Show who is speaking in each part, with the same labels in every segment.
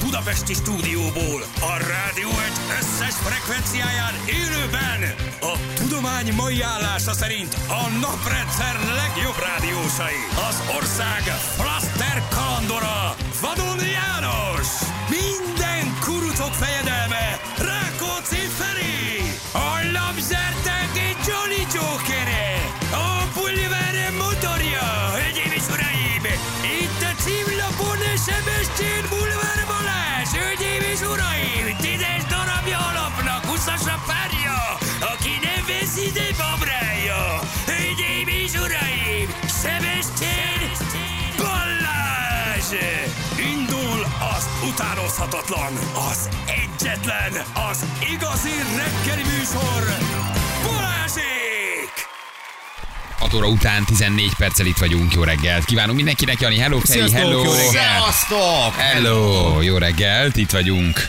Speaker 1: budapesti stúdióból, a Rádió egy összes frekvenciáján élőben, a tudomány mai állása szerint a naprendszer legjobb rádiósai, az ország flaster kalandora, Vadon János, minden kurucok fejedelme, Rákóczi Feri, a labzártánki Johnny Jokere, a Bulliver motorja, hölgyeim és uraim, itt a címlapon Sebestén Bulvár Balázs, hölgyeim és uraim, tízes darabja alapnak, 20-as a párja, aki nem vesz ide babrája, hölgyeim és uraim, Sebestén Balázs! Indul az utánozhatatlan, az egyetlen, az igazi reggeli műsor, Balázsék!
Speaker 2: 6 óra után 14 perccel itt vagyunk. Jó reggelt. Kívánunk mindenkinek, Jani. Hello, Feri. Hello.
Speaker 3: jó
Speaker 2: reggelt.
Speaker 3: Szevasztok!
Speaker 2: Hello. Jó reggelt. Itt vagyunk.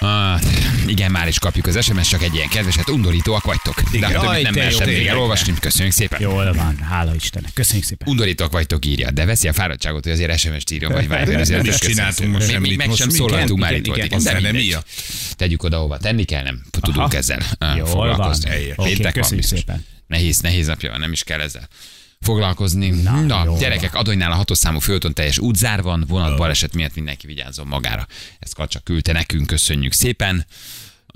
Speaker 2: Ah, igen, már is kapjuk az SMS, csak egy ilyen kedveset, undorítóak vagytok. De
Speaker 3: Igen.
Speaker 2: hát többet
Speaker 3: Aj,
Speaker 2: nem
Speaker 3: te
Speaker 2: lehet
Speaker 3: jó,
Speaker 2: sem
Speaker 3: tényleg.
Speaker 2: elolvasni, köszönjük szépen.
Speaker 3: Jól van, hála Istennek. Köszönjük szépen.
Speaker 2: Undorítóak vagytok, írja, de veszi a fáradtságot, hogy azért SMS-t írjon, vagy Viber azért.
Speaker 4: Nem is
Speaker 2: köszönjük
Speaker 4: csináltunk
Speaker 2: szépen.
Speaker 4: most
Speaker 2: Még-
Speaker 4: semmit.
Speaker 2: Még meg
Speaker 4: Most
Speaker 2: sem
Speaker 4: mi?
Speaker 2: szólaltunk
Speaker 3: Igen,
Speaker 2: már
Speaker 3: igen,
Speaker 2: itt volt.
Speaker 3: igen.
Speaker 2: Igen, de
Speaker 4: Az nem
Speaker 2: mindegy.
Speaker 4: ilyen.
Speaker 2: Tegyük oda, hova tenni kell, nem tudunk
Speaker 3: Aha.
Speaker 2: ezzel ah,
Speaker 3: Jól
Speaker 2: foglalkozni.
Speaker 3: van.
Speaker 2: Helyes.
Speaker 3: Oké,
Speaker 2: Péntek van
Speaker 3: köszönjük
Speaker 2: biztos.
Speaker 3: szépen.
Speaker 2: Nehéz, nehéz napja van, nem is kell ezzel foglalkozni. Na,
Speaker 3: jól
Speaker 2: Na
Speaker 3: van.
Speaker 2: gyerekek, Adonynál a hatos számú főton teljes útzár van, vonat baleset miatt mindenki vigyázzon magára. Ezt Kacsa küldte nekünk, köszönjük szépen.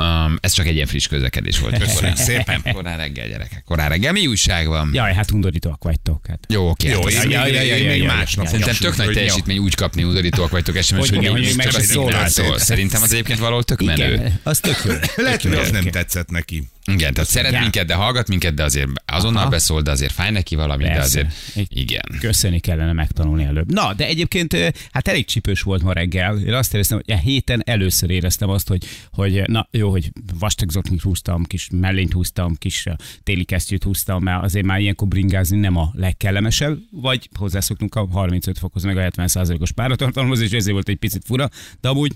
Speaker 2: Um, ez csak egy ilyen friss közlekedés volt. Korán-
Speaker 4: szépen.
Speaker 2: Korán reggel, gyerekek, korán reggel. Mi újság van?
Speaker 3: Jaj, hát undorítóak vagytok. Hát.
Speaker 2: Jó, oké.
Speaker 4: Jó,
Speaker 2: hát ez-
Speaker 4: én
Speaker 3: ja,
Speaker 4: még-
Speaker 3: ja, ja,
Speaker 4: én még
Speaker 3: ja, ja,
Speaker 4: másnap.
Speaker 3: ja.
Speaker 2: Szerintem
Speaker 4: kapcsolom,
Speaker 2: tök nagy
Speaker 4: hogy jó.
Speaker 2: teljesítmény úgy kapni udorítóak vagytok SMS, hogy,
Speaker 3: Hogy igen, hogy
Speaker 2: így-
Speaker 3: meg
Speaker 2: csak
Speaker 3: se
Speaker 2: a szólás
Speaker 3: szól.
Speaker 2: szól. Szerintem az egyébként valahol tök menő.
Speaker 3: Igen, az tök jó.
Speaker 4: Lehet, hogy az
Speaker 3: Oké.
Speaker 4: nem tetszett neki.
Speaker 2: Igen, tehát szeret
Speaker 3: Ja.
Speaker 2: minket, de hallgat minket, de azért azonnal
Speaker 3: Aha.
Speaker 2: beszól, de azért fáj neki valami, de
Speaker 3: Persze.
Speaker 2: azért
Speaker 3: Egy-
Speaker 2: igen.
Speaker 3: Köszönni kellene megtanulni előbb. Na, de egyébként ö, hát elég csipős volt ma reggel. Én azt éreztem, hogy a héten először éreztem azt, hogy, hogy na jó, hogy vastag zoknit húztam, kis mellényt húztam, kis ö, téli kesztyűt húztam, mert azért már ilyenkor bringázni nem a legkellemesebb, vagy hozzászoktunk a 35 fokhoz, meg a 70 os páratartalomhoz, és ezért volt egy picit fura, de amúgy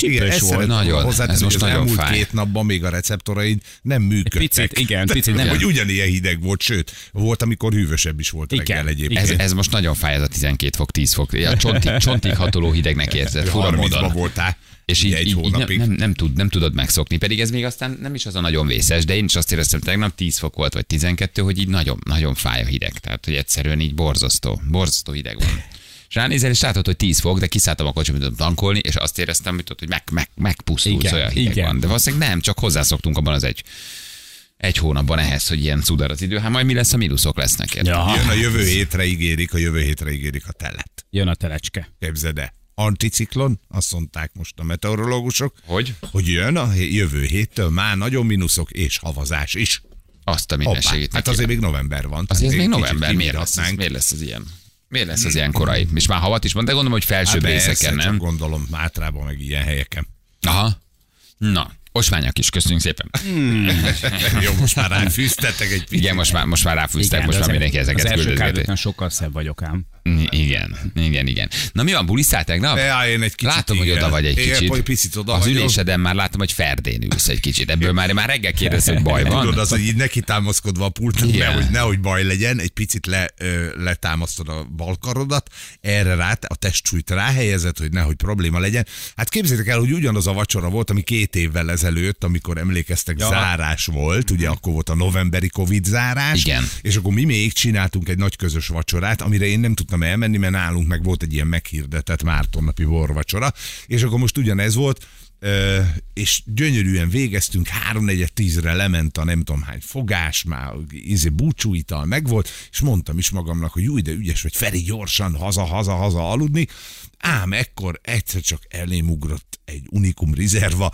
Speaker 4: Igen,
Speaker 3: csipős
Speaker 4: ezt
Speaker 3: volt.
Speaker 4: szeretném
Speaker 2: Nagyon.
Speaker 4: hozzátenni,
Speaker 2: Ez most
Speaker 4: szóval hogy az
Speaker 2: nagyon
Speaker 4: elmúlt
Speaker 2: fáj.
Speaker 4: két napban még a receptoraid nem működtek.
Speaker 3: Picit, igen, picit
Speaker 4: Nem,
Speaker 3: nem.
Speaker 4: hogy ugyanilyen hideg volt, sőt, volt, amikor hűvösebb is volt
Speaker 3: Igen,
Speaker 4: reggel egyébként.
Speaker 2: Ez, ez most nagyon fáj ez a 12 fok, 10 fok. A csontig, csontig hatoló hidegnek érzed, fura
Speaker 4: 30-ba
Speaker 2: módon.
Speaker 4: voltál.
Speaker 2: És így,
Speaker 4: ugye egy
Speaker 2: így, így nem,
Speaker 4: hónapig.
Speaker 2: nem, nem, tud, nem tudod megszokni, pedig ez még aztán nem is az a nagyon vészes, de én is azt éreztem, tegnap 10 fok volt, vagy 12, hogy így nagyon, nagyon fáj a hideg. Tehát, hogy egyszerűen így borzasztó, borzasztó hideg van. És ránézel, és látod, hogy 10 fok, de kiszálltam a kocsimból tudom tankolni, és azt éreztem, hogy, tudod, hogy meg, meg, megpusztulsz,
Speaker 3: Igen,
Speaker 2: olyan hideg
Speaker 3: igen.
Speaker 2: van. De valószínűleg nem, csak hozzászoktunk abban az egy, egy hónapban ehhez, hogy ilyen cudar az idő. Hát majd mi lesz, a mínuszok lesznek. érted?
Speaker 3: Ja,
Speaker 4: Jön a jövő hétre ígérik, a jövő hétre ígérik a telet.
Speaker 3: jön a telecske.
Speaker 4: Képzeld el. Anticiklon, azt mondták most a meteorológusok,
Speaker 2: Hogy?
Speaker 4: hogy jön a hé- jövő héttől már nagyon mínuszok és havazás is.
Speaker 2: Azt a
Speaker 4: Hoppá.
Speaker 2: mindenségét.
Speaker 4: Hát azért még november van.
Speaker 2: Azért ez még
Speaker 4: kicsit
Speaker 2: november, miért lesz, ez,
Speaker 4: kinyithatnánk.
Speaker 2: miért lesz az ilyen? Miért lesz az ilyen korai? És már havat is van, de gondolom, hogy felső
Speaker 4: Hát persze,
Speaker 2: részeken,
Speaker 4: nem?
Speaker 2: nem?
Speaker 4: gondolom Mátrában, meg ilyen helyeken.
Speaker 2: Aha. Na, osványak is, köszönjük szépen.
Speaker 4: Jó, most már ráfűztettek egy picit.
Speaker 2: Igen, most már, most már ráfűztek, most
Speaker 3: de
Speaker 2: már
Speaker 3: az-
Speaker 2: mindenki ezeket
Speaker 3: Az első kárd
Speaker 2: küldözgeti. Mm,
Speaker 3: után sokkal szebb vagyok ám.
Speaker 2: Igen, igen, igen. Na mi van, bulisztál tegnap?
Speaker 4: Ja, én egy kicsit
Speaker 2: látom, hogy
Speaker 4: igen.
Speaker 2: oda vagy egy
Speaker 4: Igen,
Speaker 2: kicsit.
Speaker 4: egy picit oda
Speaker 2: az
Speaker 4: vagyok.
Speaker 2: üléseden már látom, hogy ferdén ülsz egy kicsit. Ebből már, már reggel kérdeztem, hogy baj van.
Speaker 4: Tudod, az, hogy így neki támaszkodva a pultnak,
Speaker 2: Igen.
Speaker 4: yeah. hogy nehogy baj legyen, egy picit le, ö, letámasztod a balkarodat, erre rá, a testsúlyt ráhelyezed, hogy nehogy probléma legyen. Hát képzeljétek el, hogy ugyanaz a vacsora volt, ami két évvel ezelőtt, amikor emlékeztek, ja. zárás volt, ugye akkor volt a novemberi Covid zárás,
Speaker 2: Igen.
Speaker 4: és akkor mi még csináltunk egy nagy közös vacsorát, amire én nem tudtam elmenni, mert nálunk meg volt egy ilyen meghirdetett Mártonnapi borvacsora, és akkor most ugyanez volt, ö, és gyönyörűen végeztünk, 3 tízre lement a nem tudom hány fogás, már íze búcsúital megvolt, és mondtam is magamnak, hogy új, de ügyes vagy, Feri, gyorsan haza, haza, haza aludni, Ám ekkor egyszer csak elém ugrott egy unikum rizerva,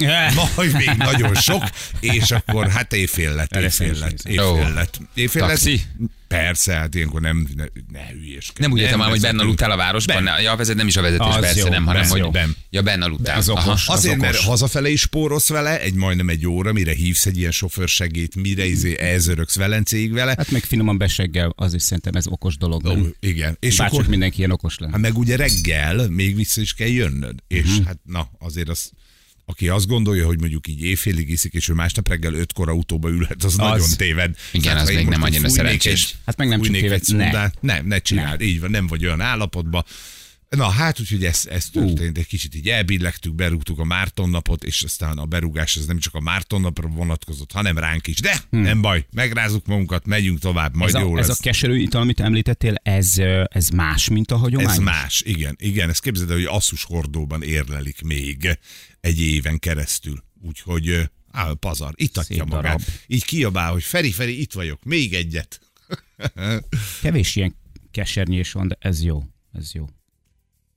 Speaker 4: majd még nagyon sok, és akkor hát éjfél lett, éjfél lett,
Speaker 2: Ó.
Speaker 4: éjfél lett. Éjfél lett.
Speaker 2: Taxi?
Speaker 4: Persze, hát ilyenkor nem, ne, ne hülyéskedj.
Speaker 2: Nem úgy értem már, hogy benne
Speaker 4: vezetünk.
Speaker 2: aludtál a városban.
Speaker 4: Ben.
Speaker 2: Ne, ja, vezet, nem is a vezetés,
Speaker 3: Az
Speaker 2: persze
Speaker 3: jó,
Speaker 2: nem, hanem
Speaker 3: ben,
Speaker 2: hogy...
Speaker 3: jó. Ben.
Speaker 2: Ja, benne aludtál.
Speaker 3: Az okos,
Speaker 2: Aha.
Speaker 3: az
Speaker 4: Azért,
Speaker 3: okos.
Speaker 4: mert hazafele is spórolsz vele, egy majdnem egy óra, mire hívsz egy ilyen sofőrsegét, mire izé elzörögsz Velencéig vele.
Speaker 3: Hát meg finoman beseggel, az is szerintem ez okos dolog.
Speaker 4: Ó,
Speaker 2: Hát,
Speaker 3: Nem?
Speaker 4: igen. És
Speaker 3: Bárcsak
Speaker 4: akkor,
Speaker 3: mindenki ilyen okos lenne.
Speaker 4: hát meg ugye reggel még vissza is kell jönnöd. És
Speaker 3: Mhm.
Speaker 4: hát na, azért az aki azt gondolja, hogy mondjuk így éjfélig iszik, és ő másnap reggel ötkor autóba ülhet, az, az nagyon téved.
Speaker 2: Igen,
Speaker 4: Tehát,
Speaker 2: az
Speaker 4: ha én
Speaker 2: még
Speaker 4: most
Speaker 2: nem
Speaker 4: így
Speaker 2: annyira
Speaker 4: fújnék
Speaker 2: szerencsés.
Speaker 4: egy-
Speaker 3: Hát meg nem
Speaker 4: fújnék
Speaker 3: csak
Speaker 4: egy
Speaker 3: téved, ne.
Speaker 4: szundát. Nem, ne csináld, így van, nem vagy olyan állapotban. Na hát, úgyhogy ez, ez történt, egy kicsit így elbillegtük, berúgtuk a Márton napot, és aztán a berúgás az nem csak a Márton napra vonatkozott, hanem ránk is. De hmm. nem baj, megrázunk magunkat, megyünk tovább, majd
Speaker 3: Hm. Ez
Speaker 4: jó
Speaker 3: a,
Speaker 4: lesz.
Speaker 3: ez a keserű ital, amit említettél, ez, ö, ez más, mint a hagyomány?
Speaker 4: Ez más, igen, igen. Ezt képzeld el, hogy asszus hordóban érlelik még egy éven keresztül. Úgyhogy ö, áll pazar, itatja
Speaker 3: Szép
Speaker 4: magát.
Speaker 3: darab.
Speaker 4: Így kiabál, hogy Feri, Feri, itt vagyok, még egyet.
Speaker 3: Kevés ilyen kesernyés van, de ez jó. Ez jó.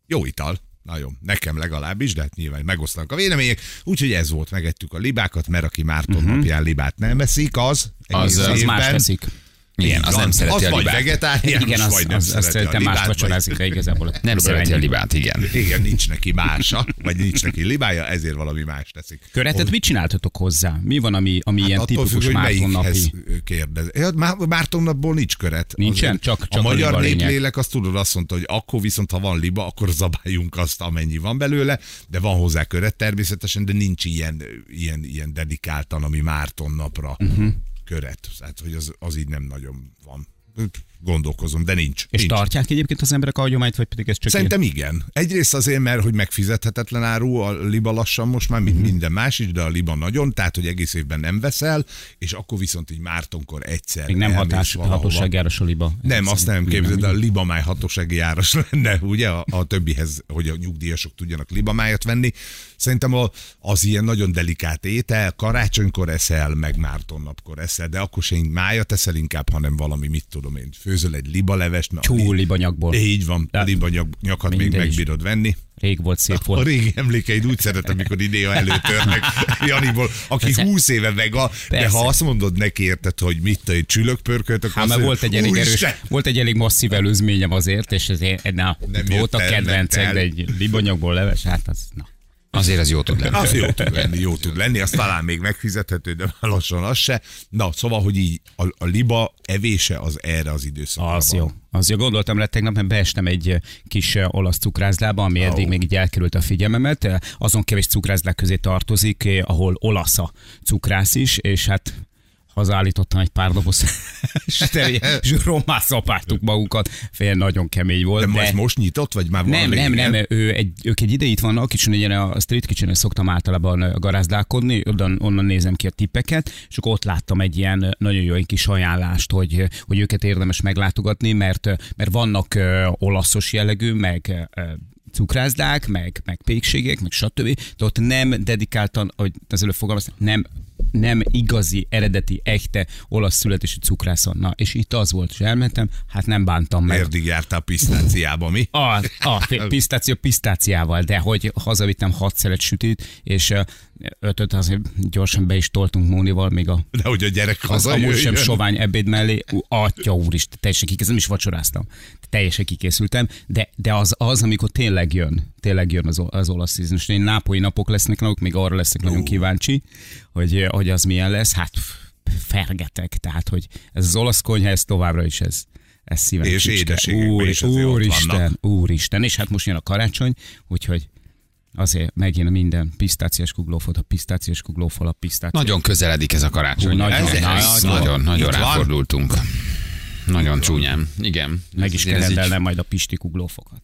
Speaker 4: Jó ital. Nagyon. Nekem legalábbis, de hát nyilván megoszlanak a vélemények. Úgyhogy ez volt, megettük a libákat, mert aki Márton uh-huh. napján libát nem veszik, az egész
Speaker 2: Az
Speaker 3: Mhm. Az
Speaker 4: évben-
Speaker 3: más teszik. Hát
Speaker 2: Igen, az nem szereti
Speaker 4: az
Speaker 2: a
Speaker 4: vagy
Speaker 2: libát.
Speaker 4: vegetáriánus,
Speaker 3: Igen, az,
Speaker 4: vagy nem
Speaker 3: az, az,
Speaker 4: szereti a
Speaker 3: szerintem más
Speaker 4: libát, vagy-
Speaker 3: vacsorázik, de igazából
Speaker 2: Nem szereti a
Speaker 3: libát.
Speaker 2: libát, igen.
Speaker 4: Igen, nincs neki mása, vagy nincs neki libája, ezért valami más teszik.
Speaker 3: Köretet mit csináltatok hozzá? Mi van, ami, ami hát ilyen
Speaker 4: attól
Speaker 3: tipikus
Speaker 4: függ, hogy
Speaker 3: Márton
Speaker 4: melyikhez
Speaker 3: napi?
Speaker 4: kérdez. Ja, Má- Márton napból nincs köret.
Speaker 3: Nincsen?
Speaker 4: Azért
Speaker 3: Csak- csak
Speaker 4: a
Speaker 3: a
Speaker 4: magyar
Speaker 3: liba lényeg.
Speaker 4: néplélek azt tudod azt mondta, hogy akkor viszont, ha van liba, akkor zabáljunk azt, amennyi van belőle, de van hozzá köret természetesen, de nincs ilyen, ilyen, ilyen dedikáltan, ami Márton napra
Speaker 3: Mhm.
Speaker 4: uh-huh. köret. Tehát, hogy az, az így nem nagyon van. Gondolkozom, de nincs.
Speaker 3: És
Speaker 4: nincs.
Speaker 3: tartják egyébként az emberek a hagyományt, vagy pedig ez csak ilyen-
Speaker 4: Szerintem igen. Egyrészt azért, mert hogy megfizethetetlen áru a liba lassan most már,
Speaker 3: Mhm.
Speaker 4: mint minden más is, de a liba nagyon, tehát hogy egész évben nem veszel, és akkor viszont így Mártonkor egyszer.
Speaker 3: Még nem
Speaker 4: elmész
Speaker 3: hatás,
Speaker 4: valahova.
Speaker 3: hatóságjára a liba.
Speaker 4: Nem,
Speaker 3: Ez
Speaker 4: azt nem
Speaker 3: szerintem
Speaker 4: képzeld, de a libamáj hatósági áras lenne, ugye, a, a többihez, hogy a nyugdíjasok tudjanak libamájat venni. Szerintem a, az ilyen nagyon delikát étel, karácsonykor eszel, meg Márton napkor eszel, de akkor sem májat eszel inkább, hanem valami, mit tudom én, főzöl egy libalevest, mert a
Speaker 3: Tyú libanyagból.
Speaker 4: így van,
Speaker 3: Tehát
Speaker 4: liba nyak, nyakat még
Speaker 3: mindegy is.
Speaker 4: megbírod venni.
Speaker 3: Rég volt, szép
Speaker 4: A
Speaker 3: volt.
Speaker 4: régi emlékeid úgy szeretem, amikor idéha előtörnek Janiból, aki
Speaker 3: Persze.
Speaker 4: 20 éve vega, de
Speaker 3: Persze.
Speaker 4: ha azt mondod neki érted, hogy mit te egy csülökpörkölt, akkor
Speaker 3: Hát
Speaker 4: azt
Speaker 3: mert
Speaker 4: mondja,
Speaker 3: volt egy elég erős,
Speaker 4: "Úristen,
Speaker 3: volt egy elég masszív előzményem azért, és ezért, na,
Speaker 4: Nem jött
Speaker 3: voltak
Speaker 4: el,
Speaker 3: kedvencek,
Speaker 4: ment
Speaker 3: de
Speaker 4: el.
Speaker 3: egy libanyagból leves, hát az, na.
Speaker 2: Azért az jó tud lenni.
Speaker 4: Az jó tud lenni, jó tud lenni, az talán még megfizethető, de már lassan az se. Na, szóval, hogy így a, a liba evése az erre az időszakra
Speaker 3: Az
Speaker 4: van.
Speaker 3: jó. Az jó. Gondoltam rá tegnap, mert beestem egy eh, kis eh, olasz cukrászdába, ami eddig
Speaker 4: Ó.
Speaker 3: még így elkerült a figyelmemet. Eh, Azon kevés cukrászdák közé tartozik, eh, ahol olasz a cukrász is, és hát hazaállítottam egy pár doboz sterje- és román szapáltuk magunkat, fél nagyon kemény volt.
Speaker 4: De,
Speaker 3: De,
Speaker 4: most, most nyitott, vagy már van
Speaker 3: nem, nem,
Speaker 4: régen?
Speaker 3: nem, ő egy, ők egy ide itt vannak, kicsit ilyen a street kitchen szoktam általában garázdálkodni, onnan, onnan nézem ki a tippeket, és akkor ott láttam egy ilyen nagyon jó egy kis ajánlást, hogy, hogy őket érdemes meglátogatni, mert, mert vannak ö, olaszos jellegű, meg ö, cukrászdák, meg, meg pékségek, meg stb. De ott nem dedikáltan, hogy az előbb fogalmaztam, nem nem igazi, eredeti, echte olasz születésű cukrászon. Na, és itt az volt, és elmentem, hát nem bántam meg.
Speaker 4: Érdig jártál pisztáciába, mi?
Speaker 3: A, a fi- pisztáció pisztáciával, de hogy hazavittem hat szelet sütit, és ö, ötöt azért gyorsan be is toltunk Mónival, még a
Speaker 4: De hogy a gyerek
Speaker 3: az amúgy sem
Speaker 4: hazajöjjön.
Speaker 3: sovány ebéd mellé, ú, atya úristen, teljesen kikészültem, nem is vacsoráztam, teljesen kikészültem, de, de az az, amikor tényleg jön, tényleg jön az, o- az olasz szízon, és én nápolyi napok lesznek náluk, még arra leszek nagyon kíváncsi, hogy, hogy az milyen lesz, hát fergetek, tehát hogy ez az olasz konyha, ez továbbra is ez. Ez szívem
Speaker 4: És
Speaker 3: csücske.
Speaker 4: édeségekben
Speaker 3: Úr,
Speaker 4: is azért ott
Speaker 3: Úristen,
Speaker 4: vannak.
Speaker 3: úristen, és hát most jön a karácsony, úgyhogy azért megint minden pisztáciás kuglófot, a pisztáciás kuglófal, a pisztáciás
Speaker 2: Nagyon közeledik ez a karácsony.
Speaker 3: Hú, nagyon,
Speaker 2: Ez- ez-
Speaker 3: nagyon.
Speaker 2: nagyon, nagyon
Speaker 4: Itt van.
Speaker 2: ráfordultunk. Nagyon csúnyán. Igen.
Speaker 3: Meg
Speaker 2: Ez-
Speaker 3: is
Speaker 2: ez
Speaker 3: kell
Speaker 2: így-
Speaker 3: rendelnem majd a Pisti kuglófokat.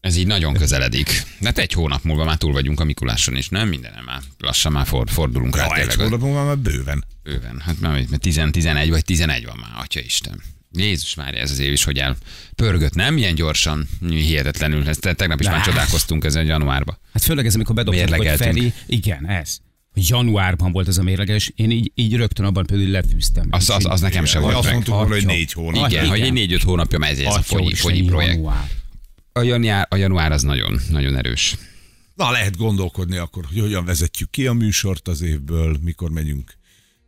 Speaker 2: Ez így nagyon közeledik. De hát egy hónap múlva már túl vagyunk a Mikuláson, és nem mindenem már lassan már for, fordulunk rá
Speaker 4: Ja, egy
Speaker 2: tényleg. az-
Speaker 4: hónap múlva már bőven.
Speaker 2: Bőven. Hát már 10-11 vagy 11 van már, atya Isten. Jézus már ez az év is, hogy el pörgött, nem ilyen gyorsan, hihetetlenül. Ezt te- tegnap is már
Speaker 3: Lá.
Speaker 2: csodálkoztunk ezen januárban.
Speaker 3: Hát főleg ez, amikor bedobtuk, hogy
Speaker 2: Mérlegeltünk.
Speaker 3: Feri, igen, ez. Hogy Januárban volt ez a mérleges, én így, így rögtön abban például lefűztem.
Speaker 2: Az, az, az nekem se
Speaker 4: Hogy
Speaker 2: volt
Speaker 4: azt
Speaker 2: meg.
Speaker 4: mondtuk volna, hogy
Speaker 3: Atya.
Speaker 4: négy hónap.
Speaker 2: Igen,
Speaker 3: Ah, Igen.
Speaker 2: hogy egy négy-öt hónapja megy ez a
Speaker 3: Atya
Speaker 2: fonyi,
Speaker 3: Isten,
Speaker 2: fonyi projekt.
Speaker 3: január.
Speaker 2: A január, a január az nagyon, nagyon erős.
Speaker 4: Na, lehet gondolkodni akkor, hogy hogyan vezetjük ki a műsort az évből, mikor megyünk.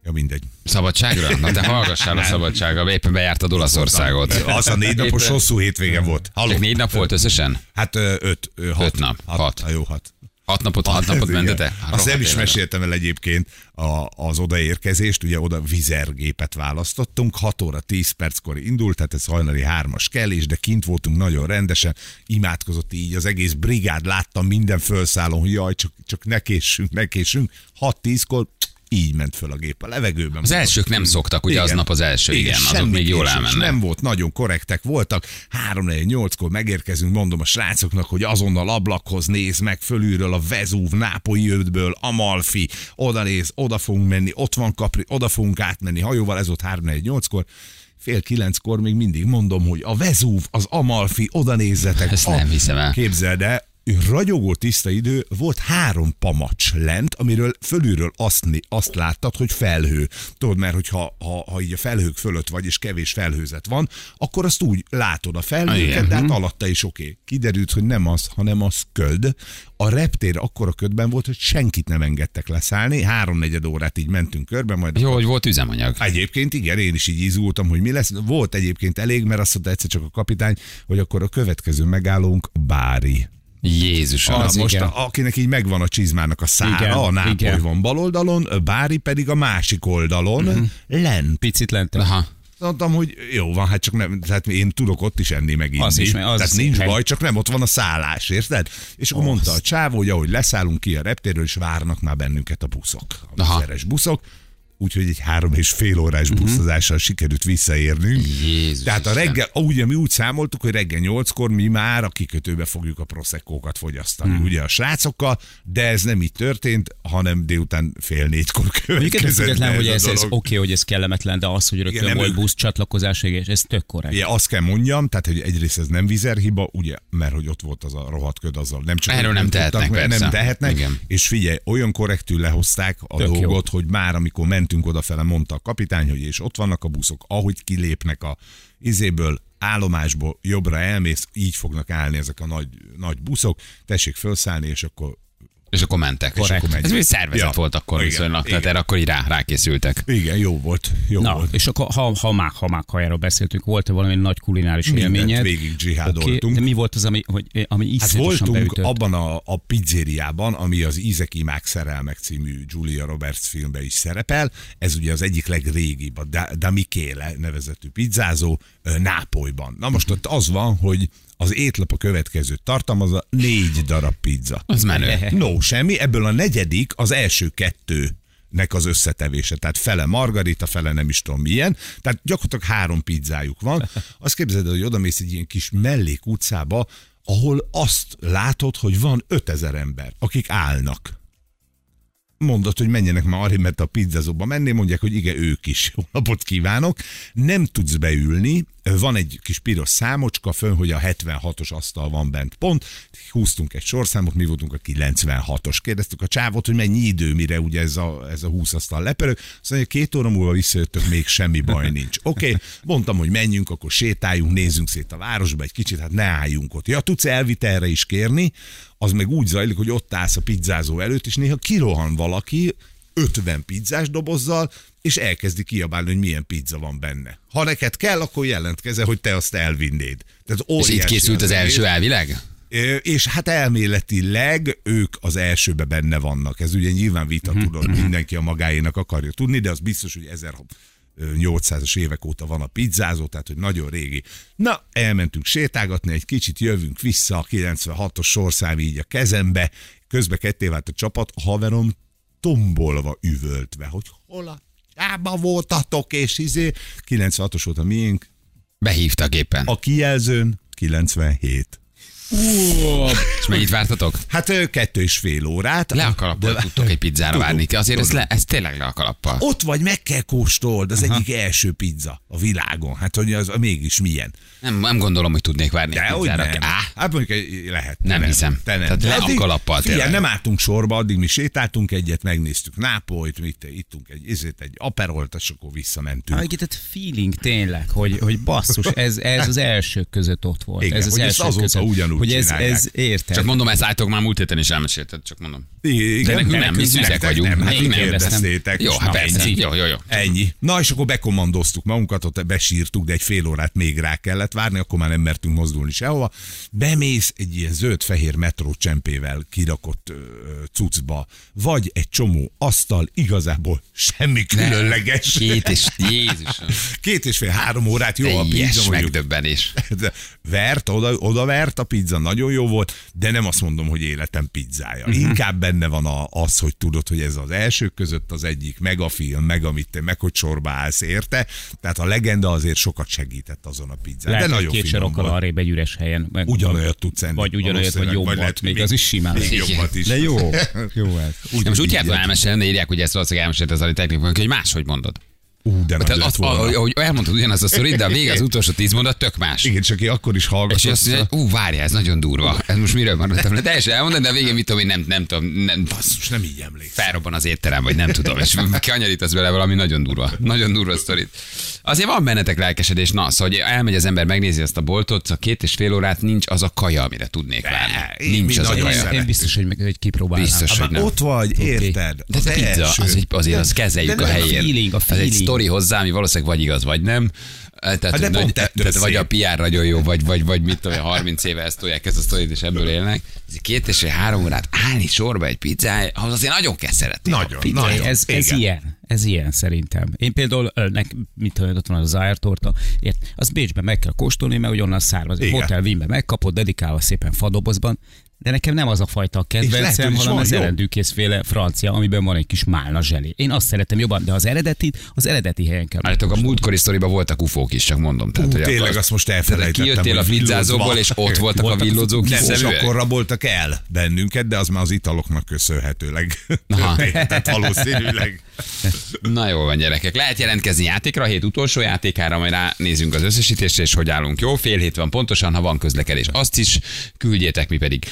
Speaker 4: Ja, mindegy.
Speaker 2: Szabadságra? Na te hallgassál a szabadságra, éppen bejártad Olaszországot.
Speaker 4: Az a négy napos
Speaker 2: Éppen-
Speaker 4: hosszú hétvége volt. Halló.
Speaker 2: Csak négy nap volt összesen?
Speaker 4: Hát ö, öt, ö, hat,
Speaker 2: Öt nap, hat.
Speaker 4: Ha jó, hat.
Speaker 2: Hat napot, hat napot
Speaker 4: Igen.
Speaker 2: mentetek?
Speaker 4: Azt nem
Speaker 2: Rohadt
Speaker 4: is
Speaker 2: életem.
Speaker 4: meséltem el egyébként a, az odaérkezést, ugye oda vizergépet választottunk, 6 óra 10 perckor indult, tehát ez hajnali hármas kellés, de kint voltunk nagyon rendesen, imádkozott így az egész brigád, láttam minden felszállón, hogy jaj, csak, csak ne késsünk, ne késsünk, 6-10-kor így ment föl a gép a levegőben.
Speaker 2: Az elsők nem szoktak, ugye aznap az első, igen, azok még jól
Speaker 4: késés
Speaker 2: elmennek.
Speaker 4: Nem volt, nagyon korrektek voltak. 3 4 8 kor megérkezünk, mondom a srácoknak, hogy azonnal ablakhoz néz meg, fölülről a Vezúv, Nápolyi ötből, Amalfi, oda néz, oda fogunk menni, ott van Capri, oda fogunk átmenni hajóval, ez volt 3 4 8 kor fél kilenckor még mindig mondom, hogy a Vezúv, az Amalfi, oda nézzetek.
Speaker 2: Ezt
Speaker 4: A-
Speaker 2: nem hiszem el.
Speaker 4: Képzeld el, ragyogó tiszta idő, volt három pamacs lent, amiről fölülről azt, né- azt láttad, hogy felhő. Tudod, mert hogyha ha, ha így a felhők fölött vagy, és kevés felhőzet van, akkor azt úgy látod a felhőket,
Speaker 2: Igen. Mhm.
Speaker 4: de hát alatta is oké. Okay. Kiderült, hogy nem az, hanem az köd. A reptér akkora ködben volt, hogy senkit nem engedtek leszállni. Háromnegyed órát így mentünk körbe, majd
Speaker 2: Jó, hogy volt üzemanyag.
Speaker 4: Egyébként igen, én is így izgultam, hogy mi lesz. Volt egyébként elég, mert azt mondta egyszer csak a kapitány, hogy akkor a következő megállónk Bári.
Speaker 2: Jézusom,
Speaker 4: Az
Speaker 2: az
Speaker 4: most,
Speaker 3: igen.
Speaker 4: a, akinek így megvan a csizmának a szára,
Speaker 3: Igen,
Speaker 4: igen, a Nápoly
Speaker 3: igen.
Speaker 4: van bal oldalon, Bári pedig a másik oldalon,
Speaker 3: Mhm.
Speaker 4: uh-huh. lent.
Speaker 3: Picit lent.
Speaker 2: Aha.
Speaker 4: Mondtam, hogy jó van, hát csak nem, tehát én tudok ott is enni meg inni.
Speaker 3: Az is, mert az
Speaker 4: tehát nincs
Speaker 3: hely.
Speaker 4: baj, csak nem ott van a szállás, érted? És akkor mondta a csávó, hogy ahogy leszállunk ki a reptérről, és várnak már bennünket a buszok, a
Speaker 2: Aha.
Speaker 4: szeres buszok, úgyhogy egy három és fél órás
Speaker 3: Mhm.
Speaker 4: buszozással sikerült visszaérnünk.
Speaker 2: Jézus
Speaker 4: Tehát a
Speaker 2: Isten.
Speaker 4: reggel, ugye mi úgy számoltuk, hogy reggel nyolckor mi már a kikötőbe fogjuk a proszekkókat
Speaker 3: Mhm.
Speaker 4: fogyasztani, ugye a srácokkal, de ez nem így történt, hanem délután fél négykor következett.
Speaker 3: Egyébként független,
Speaker 4: be
Speaker 3: hogy
Speaker 4: a
Speaker 3: ez, ez oké,
Speaker 4: dolog.
Speaker 3: okay, hogy ez kellemetlen, de az, hogy
Speaker 4: Igen,
Speaker 3: rögtön
Speaker 4: nem
Speaker 3: volt
Speaker 4: ő-
Speaker 3: busz csatlakozás, és ez tök korrekt.
Speaker 4: Ugye azt kell mondjam, tehát hogy egyrészt ez nem vizerhiba, ugye, mert hogy ott volt az a rohadt köd azzal. Nem csak
Speaker 2: Erről
Speaker 4: hogy
Speaker 2: nem
Speaker 4: tudtak,
Speaker 2: tehetnek,
Speaker 4: mert nem
Speaker 2: persze.
Speaker 4: tehetnek.
Speaker 2: Igen.
Speaker 4: És figyelj, olyan korrektül lehozták a
Speaker 3: Tök jó.
Speaker 4: dolgot, hogy már amikor mentünk odafele, mondta a kapitány, hogy és ott vannak a buszok, ahogy kilépnek a izéből, állomásból jobbra elmész, így fognak állni ezek a nagy, nagy buszok, tessék felszállni, és akkor
Speaker 2: És akkor mentek. És akkor
Speaker 4: mentek.
Speaker 2: Ez még szervezet
Speaker 4: Ja.
Speaker 2: volt akkor
Speaker 4: Igen,
Speaker 2: viszonylag, tehát
Speaker 4: igen.
Speaker 2: erre akkor így rá, rákészültek.
Speaker 4: igen, jó volt, jó
Speaker 3: Na,
Speaker 4: volt.
Speaker 3: és akkor, ha, ha már, ha már kajáról beszéltünk, volt-e valami nagy kulináris
Speaker 4: Mindent
Speaker 3: élményed?
Speaker 4: végig
Speaker 3: Oké,
Speaker 4: dzsihádoltunk.
Speaker 3: de mi volt az, ami, hogy, ami
Speaker 4: Hát
Speaker 3: iszonyatosan
Speaker 4: voltunk
Speaker 3: beütött?
Speaker 4: abban a, a pizzériában, ami az Ízek imák szerelmek című Julia Roberts filmben is szerepel. Ez ugye az egyik legrégibb, a Da, da Michele nevezetű pizzázó ö, Nápolyban. Na most ott az van, hogy az étlap a következőt tartalmazza, négy darab pizza.
Speaker 2: Az menő.
Speaker 4: No, semmi, ebből a negyedik az első kettő nek az összetevése. Tehát fele margarita, fele nem is tudom milyen. Tehát gyakorlatilag három pizzájuk van. Azt képzeld, el, hogy odamész egy ilyen kis mellék utcába, ahol azt látod, hogy van 5000 ember, akik állnak. Mondod, hogy menjenek már arra, mert a pizzázóba menni, mondják, hogy igen, ők is. Jó napot kívánok. Nem tudsz beülni, van egy kis piros számocska fönn, hogy a 76-os asztal van bent pont. Húztunk egy sorszámot, mi voltunk a 96-os. Kérdeztük a csávot, hogy mennyi idő, mire ugye ez a, ez a 20 asztal leperő. Azt mondja, két óra múlva visszajöttök, még semmi baj nincs. Oké, okay, mondtam, hogy menjünk, akkor sétáljunk, nézzünk szét a városba egy kicsit, hát ne álljunk ott. Ja, tudsz elvitelre is kérni, az meg úgy zajlik, hogy ott állsz a pizzázó előtt, és néha kirohan valaki 50 pizzás dobozzal, és elkezdi kiabálni, hogy milyen pizza van benne. Ha neked kell, akkor jelentkezel, hogy te azt elvinnéd. Tehát
Speaker 2: És itt
Speaker 4: óriási
Speaker 2: készült az
Speaker 4: egész.
Speaker 2: első elvileg?
Speaker 4: Ö, És hát elméletileg ők az elsőbe benne vannak. Ez ugye nyilván vita tudod, mindenki a magáénak akarja tudni, de az biztos, hogy 1800-as évek óta van a pizzázó, tehát hogy nagyon régi. Na, elmentünk sétálgatni, egy kicsit jövünk vissza, a 96-os sorszám így a kezembe, közbe ketté vált a csapat, a haverom tombolva üvöltve, hogy hol a csába voltatok, és izé, 96-os volt a miénk,
Speaker 2: Behívtak éppen.
Speaker 4: a kijelzőn 97.
Speaker 2: És mennyit vártatok?
Speaker 4: Hát ö, kettő és fél órát.
Speaker 2: Le a kalappal tudtok egy pizzára várni. Azért ez, le, ez tényleg le a kalappal.
Speaker 4: Ott vagy, meg kell kóstold, az egyik első pizza a világon. Hát, hogy az mégis milyen.
Speaker 2: Nem, nem gondolom, hogy tudnék várni
Speaker 4: De
Speaker 2: egy
Speaker 4: hogy
Speaker 2: pizzára.
Speaker 4: nem.
Speaker 2: Á,
Speaker 4: Hát mondjuk eh, lehet.
Speaker 2: Nem hiszem.
Speaker 4: Te nem.
Speaker 2: Tehát le a
Speaker 4: Addig-
Speaker 2: kalappal
Speaker 4: figyelj,
Speaker 2: tényleg.
Speaker 4: nem álltunk sorba, addig mi sétáltunk egyet, megnéztük Nápolyt, mit ittunk egy izét, egy aperolt, és akkor visszamentünk.
Speaker 3: Ha,
Speaker 2: Hát,
Speaker 3: egy tehát feeling tényleg, hogy, hogy basszus, ez, ez az elsők között ott volt.
Speaker 4: Igen,
Speaker 3: ez az
Speaker 4: hogy ezt
Speaker 3: elsők
Speaker 4: azóta
Speaker 3: között,
Speaker 4: ugyanúgy
Speaker 3: hogy ez,
Speaker 4: csinálják.
Speaker 3: ez érted.
Speaker 2: csak mondom, ezt álltok már múlt héten is elmesélted, csak mondom.
Speaker 4: I-
Speaker 2: De
Speaker 4: igen,
Speaker 2: nekünk nem, mi
Speaker 4: nektek
Speaker 2: szüzek vagyunk.
Speaker 4: Nem, hát
Speaker 2: Még
Speaker 4: ti
Speaker 2: nem.
Speaker 4: kérdeztétek.
Speaker 2: Jó,
Speaker 4: és
Speaker 2: hát
Speaker 4: na,
Speaker 2: persze.
Speaker 4: ennyi.
Speaker 2: Jó, jó, jó.
Speaker 4: Ennyi. Na, és akkor bekommandoztuk magunkat, ott besírtuk, de egy fél órát még rá kellett várni, akkor már nem mertünk mozdulni sehova. Bemész egy ilyen zöld-fehér metró csempével kirakott ö, cuccba, vagy egy csomó asztal, igazából semmi különleges.
Speaker 2: Két és Jézusom.
Speaker 4: Két és fél, három órát jó a
Speaker 2: Teljes
Speaker 4: pizza mondjuk.
Speaker 2: megdöbbenés.
Speaker 4: De vert, oda, oda vert a pizza nagyon jó volt, de nem azt mondom, hogy életem pizzája.
Speaker 3: Mhm.
Speaker 4: Inkább benne van a, az, hogy tudod, hogy ez az elsők között az egyik, meg a film, meg amit te, meg hogy sorba állsz érte. Tehát a legenda azért sokat segített azon a pizzán.
Speaker 3: Lehet,
Speaker 4: de
Speaker 3: hogy
Speaker 4: nagyon
Speaker 3: két
Speaker 4: finom
Speaker 3: sarokkal
Speaker 4: volt.
Speaker 3: arrébb egy üres helyen. Meg-
Speaker 4: Ugyanolyat tudsz enni.
Speaker 3: Vagy ugyanolyat, vagy
Speaker 4: valószínűleg,
Speaker 3: jobbat.
Speaker 4: lehet,
Speaker 3: Még az is simán
Speaker 4: Még
Speaker 3: lehet.
Speaker 4: jobbat is.
Speaker 3: De jó. Jó ez.
Speaker 2: Nem, most úgy
Speaker 4: így
Speaker 2: kell
Speaker 4: jött.
Speaker 2: elmesélni, de írják, hogy ezt valószínűleg elmesélte az Ali technikus, hogy máshogy mondod.
Speaker 4: Ú,
Speaker 3: Hát
Speaker 4: de nagy
Speaker 2: Tehát
Speaker 4: lett
Speaker 2: azt,
Speaker 4: volna.
Speaker 2: ahogy elmondtad ugyanaz a szorít, de a vége az utolsó tíz mondat tök más.
Speaker 4: Igen, csak én akkor is
Speaker 2: És
Speaker 4: hallgatott.
Speaker 2: azt mondja, hogy ú, várjál, ez nagyon durva. Ez most miről maradtam? Le teljesen elmondani, de a végén mit tudom én, nem, nem tudom, nem,
Speaker 4: Basszus, nem így emlékszem.
Speaker 2: felrobban az étterem, vagy nem tudom, és kanyarítasz bele valami nagyon durva, nagyon durva sztorit. Azért van bennetek lelkesedés, na, szóval hogy elmegy az ember, megnézi azt a boltot, a két és fél órát nincs az a kaja, amire tudnék várni.
Speaker 4: én-
Speaker 2: Nincs
Speaker 4: mi
Speaker 2: az a
Speaker 4: nagyon
Speaker 2: kaja.
Speaker 4: szeretem.
Speaker 3: Én biztos, hogy, meg, hogy kipróbálnám.
Speaker 2: Biztos, hogy
Speaker 4: Már
Speaker 2: nem.
Speaker 4: Ott vagy, érted?
Speaker 2: De ez a pizza,
Speaker 4: első.
Speaker 2: az egy, azért az kezeljük
Speaker 4: de
Speaker 2: a
Speaker 4: nem, a
Speaker 2: helyén.
Speaker 3: feeling, a
Speaker 2: Az egy
Speaker 3: feeling.
Speaker 2: sztori hozzá, ami valószínűleg vagy igaz, vagy nem. Eh, Tehát,
Speaker 4: Hát de
Speaker 2: hogy nagy,
Speaker 4: pont ettől
Speaker 2: tehát vagy
Speaker 4: szép.
Speaker 2: a PR nagyon jó, vagy, vagy, vagy mit tudom, én, 30 éve ezt tolják ezt a sztorit, és ebből élnek. Ez két és fél, három órát állni sorba egy pizzája, ahhoz azért nagyon kell szeretni.
Speaker 4: Nagyon,
Speaker 3: Figyelj,
Speaker 4: nagyon.
Speaker 3: ez, ez
Speaker 4: Igen.
Speaker 3: ilyen, ez ilyen szerintem. Én például, ö, nek, mit tudom, ott van az Zajer torta, ért, az Bécsben meg kell kóstolni, mert onnan származik.
Speaker 4: Igen.
Speaker 3: Hotel Wienben megkapod, dedikálva szépen fadobozban, de nekem nem az a fajta a
Speaker 4: lehet, hogy
Speaker 3: kedvencem,
Speaker 4: is
Speaker 3: hanem
Speaker 4: van
Speaker 3: az
Speaker 4: jobb.
Speaker 3: erendűkészféle francia, amiben van egy kis málna zselé. Én azt szeretem jobban, de az eredetit, az eredeti helyen kell.
Speaker 2: Állítok, a múltkori sztoriban voltak ufók is, csak mondom. Tehát,
Speaker 4: Ú,
Speaker 2: hogy
Speaker 4: tényleg,
Speaker 2: akkor-
Speaker 4: azt most
Speaker 2: Tehát,
Speaker 4: elfelejtettem,
Speaker 2: Kijöttél a
Speaker 4: hogy
Speaker 2: pizzázóból,
Speaker 4: villózva.
Speaker 2: és ott voltak,
Speaker 4: Voltak
Speaker 2: a villózók
Speaker 4: Nem, nem
Speaker 2: ufók.
Speaker 4: akkor raboltak el bennünket, de az már az italoknak köszönhetőleg.
Speaker 2: Aha.
Speaker 4: Tehát valószínűleg.
Speaker 2: Na jó van, gyerekek. Lehet jelentkezni játékra, hét utolsó játékára, majd ránézünk az összesítésre, és hogy állunk. Jó, fél hét van pontosan, ha van közlekedés. Azt is küldjétek, mi pedig.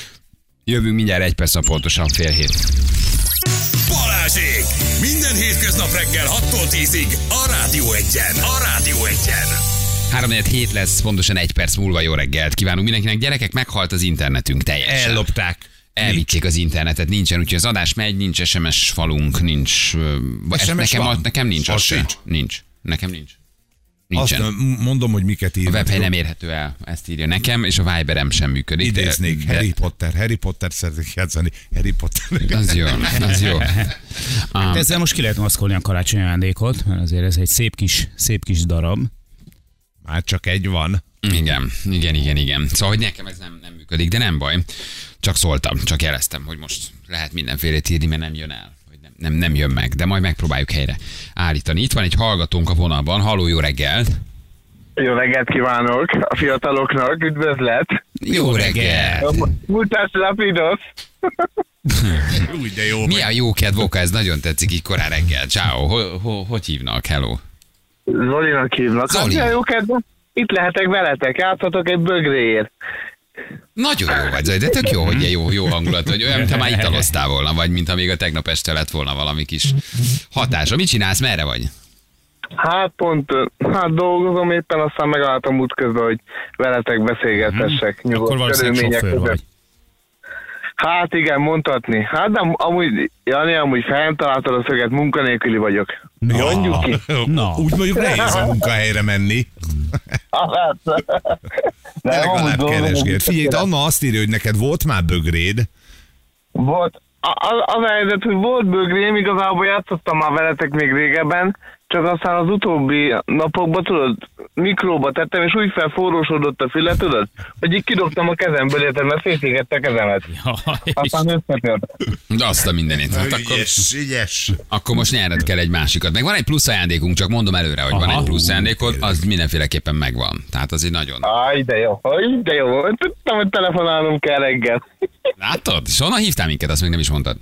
Speaker 2: Jövünk mindjárt egy perc, pontosan fél hét.
Speaker 1: Balázsék! Minden hétköznap reggel 6-tól 10-ig a Rádió 1-en. A Rádió 1-en.
Speaker 2: 347 lesz, pontosan egy perc múlva jó reggelt kívánunk mindenkinek. Gyerekek, meghalt az internetünk teljesen.
Speaker 4: Ellopták.
Speaker 2: Elvitték az internetet, nincsen, úgyhogy az adás megy, nincs SMS falunk, nincs. ö, vagy
Speaker 4: SMS
Speaker 2: nekem,
Speaker 4: van?
Speaker 2: a- nekem nincs.
Speaker 4: Az
Speaker 2: az se.
Speaker 4: sincs?
Speaker 2: Nincs. Nekem nincs.
Speaker 4: Azt
Speaker 2: Nincsen.
Speaker 4: mondom, hogy miket
Speaker 2: A
Speaker 4: írnak.
Speaker 2: webhely nem érhető el, ezt írja nekem, és a Viberem sem működik.
Speaker 4: Idéznék,
Speaker 2: De-
Speaker 4: Harry Potter, Harry Potter szeretnék játszani, Harry Potter.
Speaker 2: Az jó, az jó.
Speaker 3: Hát ezzel most ki lehet maszkolni a karácsonyi ajándékot, mert azért ez egy szép kis, szép kis darab.
Speaker 4: Már csak egy van.
Speaker 2: Igen, igen, igen, igen. Szóval, hogy nekem ez nem, nem működik, de nem baj. Csak szóltam, csak jeleztem, hogy most lehet mindenfélét írni, mert nem jön el. Hogy Nem, nem, nem jön meg, de majd megpróbáljuk helyre állítani. Itt van egy hallgatónk a vonalban. Halló, jó reggel!
Speaker 5: Jó reggelt kívánok a fiataloknak, üdvözlet!
Speaker 2: Jó reggel!
Speaker 5: Mutás Lapidos!
Speaker 4: Új, de jó.
Speaker 2: Mi a jó kedvoka, ez nagyon tetszik így korán reggel. Ciao, ho, ho, hogy hívnak? Hello!
Speaker 5: Zolinak hívnak.
Speaker 2: Zoli.
Speaker 5: Hát, jó kedvem! Itt lehetek veletek, játszhatok egy bögréért.
Speaker 2: Nagyon jó vagy, Zoli, de tök jó, hogy ilyen jó, jó hangulat, vagy olyan, mintha már italoztál volna, vagy mintha még a tegnap este lett volna valami kis hatása. Mit csinálsz, merre vagy?
Speaker 5: Hát pont, ö, hát dolgozom éppen, aztán megálltam útközben, hogy veletek beszélgethessek. Mm.
Speaker 3: Mhm. Akkor valószínűleg sofőr vagy.
Speaker 5: Hát igen, mondhatni. Hát nem, amúgy, Jani, amúgy fejem találtad a szöget, munkanélküli vagyok. Mondjuk ki.
Speaker 3: Na.
Speaker 4: Úgy mondjuk nehéz a munkahelyre menni.
Speaker 5: Hát,
Speaker 4: De
Speaker 5: amúgy
Speaker 4: legalább
Speaker 5: dolgozom,
Speaker 4: keresgél. Figyelj, itt Anna azt írja, hogy neked volt már bögréd.
Speaker 5: Volt, a- a- az a helyzet, hogy volt bögrém, igazából játszottam már veletek még régebben, csak aztán az utóbbi napokban, tudod, mikróba tettem, és úgy felforrósodott a füle, tudod, hogy így kidobtam a kezemből, érted, mert szétégette a kezemet. Aztán összetört.
Speaker 2: De azt a mindenét. Hát akkor,
Speaker 4: Ügyes, ügyes.
Speaker 2: akkor most nyerned kell egy másikat. Meg van egy plusz ajándékunk, csak mondom előre, hogy van
Speaker 3: Aha.
Speaker 2: egy plusz ajándékod, az mindenféleképpen megvan. Tehát az egy nagyon...
Speaker 5: Aj, de jó, aj, de jó. Tudtam, hogy telefonálnom kell reggel.
Speaker 2: Látod? És honnan hívtál minket, azt még nem is mondtad.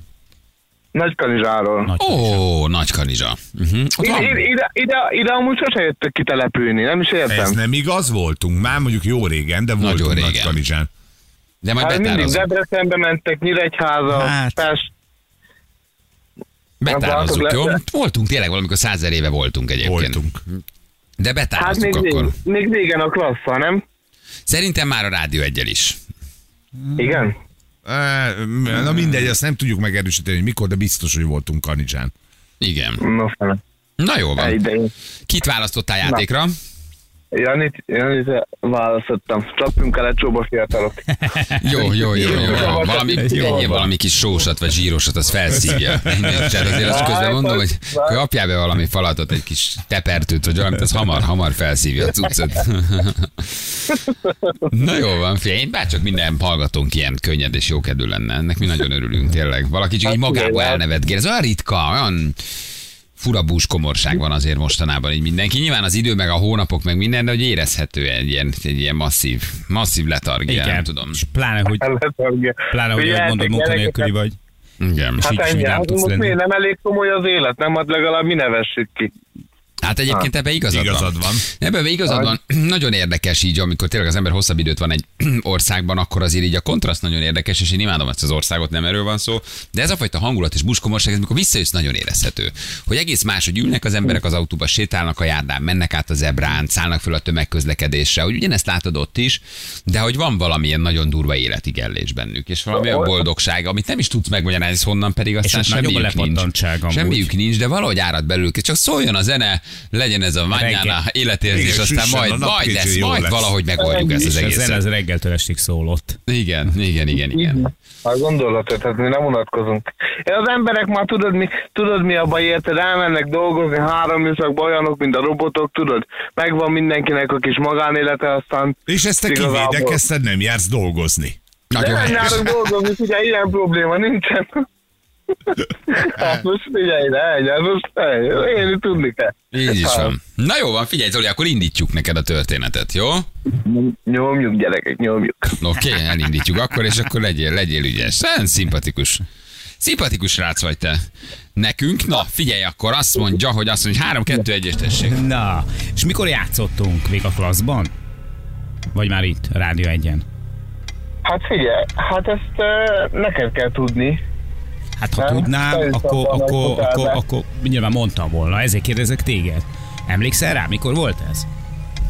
Speaker 5: Nagy kanizsáról.
Speaker 2: Ó, nagy kanizsa. Uh-huh. Ott
Speaker 5: Ide,
Speaker 2: van.
Speaker 5: ide, ide, ide, ide amúgy sose jöttök kitelepülni, nem is
Speaker 4: Ez
Speaker 5: értem.
Speaker 4: nem igaz, voltunk már, mondjuk jó régen, de
Speaker 2: Nagyon
Speaker 4: voltunk
Speaker 2: régen.
Speaker 4: Nagy Kanizsán.
Speaker 2: De majd
Speaker 5: Hát mindig
Speaker 2: betározunk.
Speaker 5: Debrecenbe mentek, Nyíregyháza,
Speaker 3: Hát.
Speaker 5: hát. Pest,
Speaker 2: Betározzuk,
Speaker 5: Látok,
Speaker 2: jó?
Speaker 5: lesz-
Speaker 2: Voltunk tényleg valamikor százer éve voltunk egyébként.
Speaker 4: Voltunk.
Speaker 2: De
Speaker 5: Hát még,
Speaker 2: betározzuk akkor.
Speaker 5: régen, még régen a klassza, nem?
Speaker 2: Szerintem már a rádió egyel is.
Speaker 5: Igen.
Speaker 4: Á, E, Na mindegy, azt nem tudjuk megerősíteni, hogy mikor, de biztos, hogy voltunk Kanizsán.
Speaker 2: Igen.
Speaker 5: No, fele.
Speaker 2: Na jó
Speaker 3: Ah.
Speaker 5: Egy
Speaker 2: van.
Speaker 5: idején.
Speaker 2: Kit választottál játékra?
Speaker 5: Janit, Janit választottam. Csapjunk el egy csóba fiatalok.
Speaker 2: Jó, jó, jó, jó. jó. Valami, egyéb valami kis sósat vagy zsírosat, az felszívja. Tehát azért azt közben mondom, hogy hogy kapjál be valami falatot, egy kis tepertőt, vagy valamit, az hamar, hamar felszívja a cuccot. Na jó van, fél. Én bárcsak minden hallgatónk ilyen könnyed és jókedvű lenne. Ennek mi nagyon örülünk, tényleg. Valaki csak így
Speaker 5: Hát,
Speaker 2: magába
Speaker 5: tényleg.
Speaker 2: elnevetgél. Ez olyan ritka, olyan fura bús komorság van azért mostanában így mindenki. Nyilván az idő, meg a hónapok, meg minden, de hogy érezhető egy ilyen, egy ilyen masszív, masszív letargia, nem tudom.
Speaker 3: És pláne, hogy, pláne, hogy ahogy mondod, munkanélküli vagy.
Speaker 2: Igen.
Speaker 3: így
Speaker 5: Hát
Speaker 3: is
Speaker 5: ennyi,
Speaker 3: vidám
Speaker 5: hát
Speaker 3: tudsz
Speaker 5: most
Speaker 3: lenni.
Speaker 5: miért nem elég komoly az élet, nem? Hát legalább mi nevessük ki.
Speaker 2: Hát egyébként ebben igazad,
Speaker 4: Igazad
Speaker 2: van.
Speaker 4: van.
Speaker 2: Ebben igazad van. Nagyon érdekes így, amikor tényleg az ember hosszabb időt van egy országban, akkor azért így a kontraszt nagyon érdekes, és én imádom ezt az országot, nem erről van szó. De ez a fajta hangulat és buskomorság, ez mikor visszajössz, nagyon érezhető. Hogy egész máshogy ülnek az emberek az autóba, sétálnak a járdán, mennek át az zebrán, szállnak föl a tömegközlekedésre, hogy ugyanezt látod ott is, de hogy van valamilyen nagyon durva életigellés bennük, és valami olyan boldogság, amit nem is tudsz megmagyarázni, ez honnan pedig aztán
Speaker 3: ott nagyobb a
Speaker 2: semmiük nincs.
Speaker 3: lepattantság amúgy.
Speaker 2: Semmiük nekünk nincs, de valahogy árad belőlük. Csak szóljon a zene, legyen ez a vanyána
Speaker 3: Reggel.
Speaker 2: életérzés,
Speaker 4: Igen,
Speaker 2: aztán
Speaker 4: süssen a
Speaker 2: majd,
Speaker 4: nap,
Speaker 2: majd
Speaker 4: kicsi,
Speaker 2: lesz,
Speaker 4: jó
Speaker 2: majd
Speaker 4: lesz.
Speaker 2: valahogy megoldjuk ezt az
Speaker 3: És a
Speaker 2: egészet.
Speaker 3: zene az reggeltől estig szólott.
Speaker 2: Igen, igen, igen, igen.
Speaker 5: Hát gondolod, tehát mi nem unatkozunk. Én az emberek már tudod mi, tudod mi a baj, érted? Elmennek dolgozni három műszakba olyanok, mint a robotok, tudod? Megvan mindenkinek a kis magánélete, aztán...
Speaker 4: És ezt te
Speaker 5: igazából-
Speaker 4: kivédekezted, nem jársz dolgozni.
Speaker 5: De
Speaker 2: Nagyon
Speaker 5: nem
Speaker 2: helyes.
Speaker 5: járok dolgozni, ugye ilyen probléma nincsen. hát most figyelj, ne, egy, hát most ne, én tudni kell. Hát,
Speaker 2: Így is van. Na jó van, figyelj Zoli, akkor indítjuk neked a történetet, jó?
Speaker 5: Nyomjuk gyerekek, nyomjuk.
Speaker 2: Oké, okay, elindítjuk akkor, és akkor legyél, legyél ügyes. Nagyon szimpatikus. Szimpatikus rác vagy te. Nekünk, na figyelj akkor, azt mondja, hogy azt mondja, 3 2 1 tessék.
Speaker 3: Na, és mikor játszottunk? Még a klasszban? Vagy már itt, a Rádió egyen?
Speaker 5: Hát figyelj, hát ezt uh, neked kell tudni.
Speaker 3: Hát ha
Speaker 5: Nem?
Speaker 3: tudnám,
Speaker 5: Szerintem
Speaker 3: akkor,
Speaker 5: van egy
Speaker 3: akkor,
Speaker 5: hotelben.
Speaker 3: akkor, akkor nyilván mondtam volna, ezért kérdezek téged. Emlékszel rá, mikor volt ez?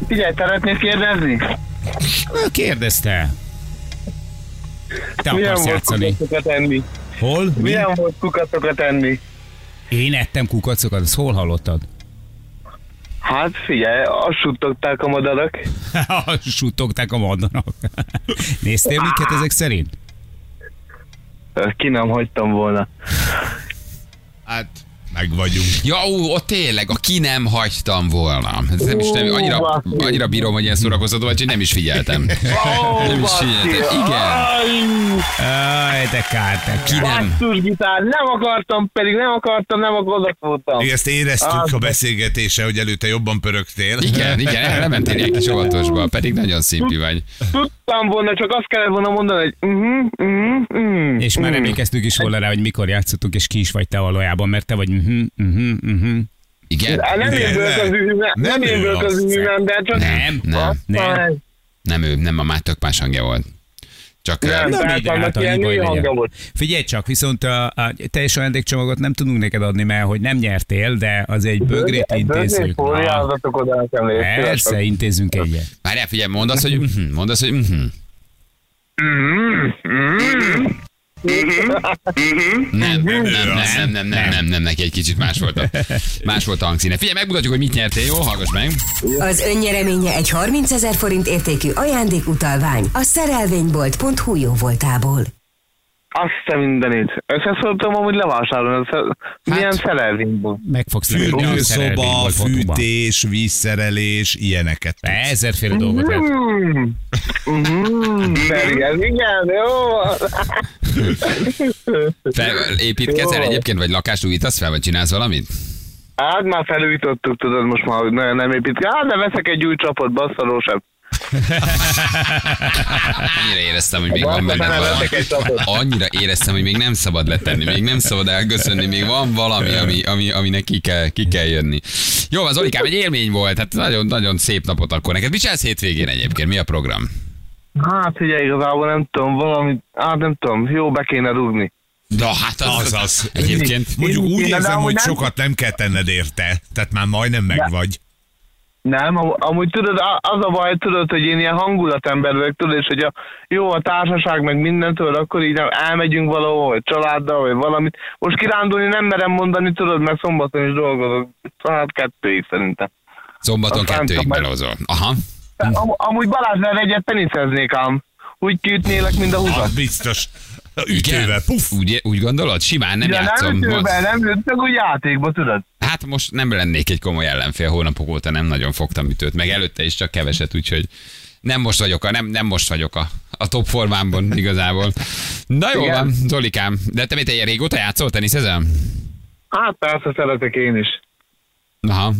Speaker 5: Figyelj, szeretnéd kérdezni?
Speaker 3: Ő kérdezte. Te
Speaker 5: Milyen
Speaker 3: akarsz
Speaker 5: volt
Speaker 3: játszani.
Speaker 5: kukatokat enni?
Speaker 3: Hol? Mi?
Speaker 5: Milyen volt kukatokat enni?
Speaker 3: Én ettem kukacokat, ezt hol hallottad?
Speaker 5: Hát figyelj, azt suttogták a madarak.
Speaker 3: Suttogták a madarak. Néztél minket ezek szerint?
Speaker 5: Ezt Ki nem hagytam volna.
Speaker 4: Hát, meg vagyunk.
Speaker 2: Ja, ó, ott tényleg, a ki nem hagytam volna. Ez nem is nem, annyira, annyira bírom, hogy ilyen szórakoztató vagy, hogy nem is figyeltem.
Speaker 5: Ó,
Speaker 2: Nem is figyeltem. Igen,
Speaker 3: Aj, de kár, de
Speaker 2: ki
Speaker 3: kár.
Speaker 2: nem.
Speaker 5: Basszus gitár, nem akartam, pedig nem akartam, nem akartam, voltam.
Speaker 4: Még ezt éreztük
Speaker 5: Ah.
Speaker 4: a beszélgetése, hogy előtte jobban pörögtél.
Speaker 2: Igen, igen, el- lementél egy kis óvatosba, pedig nagyon szimpi vagy.
Speaker 5: Tudtam volna, csak azt kellett volna mondani, hogy mhm, mhm, mhm.
Speaker 3: És már
Speaker 5: mhm.
Speaker 3: emlékeztünk is volna rá, hogy mikor játszottuk, és ki is vagy te valójában, mert te vagy mhm, mhm, mhm.
Speaker 2: Igen?
Speaker 5: Hát Nem
Speaker 4: Igen,
Speaker 5: én
Speaker 4: ne.
Speaker 5: vagyok az ühümen,
Speaker 4: Nem
Speaker 5: nem én
Speaker 4: ő
Speaker 5: vagyok az
Speaker 4: azt
Speaker 5: ühümen, de csak...
Speaker 2: Nem, nem,
Speaker 3: nem.
Speaker 2: nem ő, nem a már tök más hangja volt. Csak eh,
Speaker 5: Nem,
Speaker 3: Nem,
Speaker 5: tehát
Speaker 3: így állt,
Speaker 5: annak ilyen
Speaker 3: így vagy
Speaker 5: női
Speaker 3: hát, legyen.
Speaker 5: hangja volt.
Speaker 3: Figyelj csak, viszont a, a teljes ajándékcsomagot nem tudunk neked adni, mert hogy nem nyertél, de az egy bögrét intézünk. Na,
Speaker 5: Fóliázatok oda nekem légy.
Speaker 3: Persze, intézünk egyet.
Speaker 2: várjál, figyelj, mondd azt, hogy mhm, mondd azt, hogy mhm. Nem, nem, nem, nem, nem, nem, nem, nem, neki egy kicsit más volt a, más volt a hangszíne. Figyelj, megmutatjuk, hogy mit nyertél, jó? Hallgass meg.
Speaker 6: Az önnyereménye egy 30 ezer forint értékű ajándékutalvány a szerelvénybolt.hu jó voltából.
Speaker 5: Azt a mindenit. Összeszóltam amúgy levásárolni. Össze- Milyen szerelvényből.
Speaker 3: Meg fogsz lepődni, a szerelvény
Speaker 4: Fürdőszoba,
Speaker 3: volt fotóban.
Speaker 4: fűtés, vízszerelés, ilyeneket.
Speaker 3: Ezerféle dolgot lehet.
Speaker 5: Mm. Mm. Pedig ez igen, jó.
Speaker 2: Fel, építkezel
Speaker 5: Jó.
Speaker 2: egyébként, vagy lakást újítasz fel, vagy csinálsz valamit?
Speaker 5: Hát már felújítottuk, tudod, most már nagyon nem épít. Hát de veszek egy új csapot, basszaló sem.
Speaker 2: Annyira éreztem, hogy még van
Speaker 5: Van,
Speaker 2: benne
Speaker 5: benne
Speaker 2: valami.
Speaker 5: vettek egy csapot.
Speaker 2: Annyira éreztem, hogy még nem szabad letenni, még nem szabad elköszönni, még van valami, ami, ami, aminek ki kell, ki kell jönni. Jó, az Olikám egy élmény volt, hát nagyon-nagyon szép napot akkor neked. Mit csinálsz hétvégén egyébként? Mi a program?
Speaker 5: Hát ugye igazából nem tudom, valami, hát nem tudom, jó be kéne rúgni.
Speaker 2: Na, hát az,
Speaker 4: Az az.
Speaker 2: Egyébként
Speaker 4: Mondjuk úgy
Speaker 5: Én- én- de
Speaker 4: érzem, hogy
Speaker 5: amúgy nem-
Speaker 4: sokat nem kell tenned érte, tehát már majdnem meg vagy.
Speaker 5: Nem, am- amúgy tudod, a- az a baj, tudod, hogy én ilyen hangulatember vagyok, tudod, és hogy a, jó a társaság, meg minden, tudod, akkor így elmegyünk valahol, vagy családdal, vagy valamit. Most kirándulni nem merem mondani, tudod, mert szombaton is dolgozok. Hát kettőig szerintem.
Speaker 2: szombaton
Speaker 5: Aztán
Speaker 2: kettőig
Speaker 5: csak-
Speaker 2: belózol. Aha.
Speaker 5: De Am- amúgy Balázsnál egyet peniceznék ám. Úgy kiütnélek, mint a húzat.
Speaker 4: Az biztos.
Speaker 2: Igen.
Speaker 4: Ütővel, puff.
Speaker 2: Úgy, úgy gondolod? Simán nem
Speaker 5: Ja,
Speaker 2: játszom.
Speaker 5: nem
Speaker 2: Mond-
Speaker 5: ütőben, nem ütőben, úgy játékba, tudod.
Speaker 2: Hát most nem lennék egy komoly ellenfél, hónapok óta nem nagyon fogtam ütőt, meg előtte is csak keveset, úgyhogy Nem most vagyok a, nem, nem most vagyok a, a top formámban igazából. Na jó
Speaker 5: Igen.
Speaker 2: van, Zolikám. De te mit te ilyen régóta játszol teniszezem?
Speaker 5: Hát persze szeretek én is.
Speaker 2: Aha.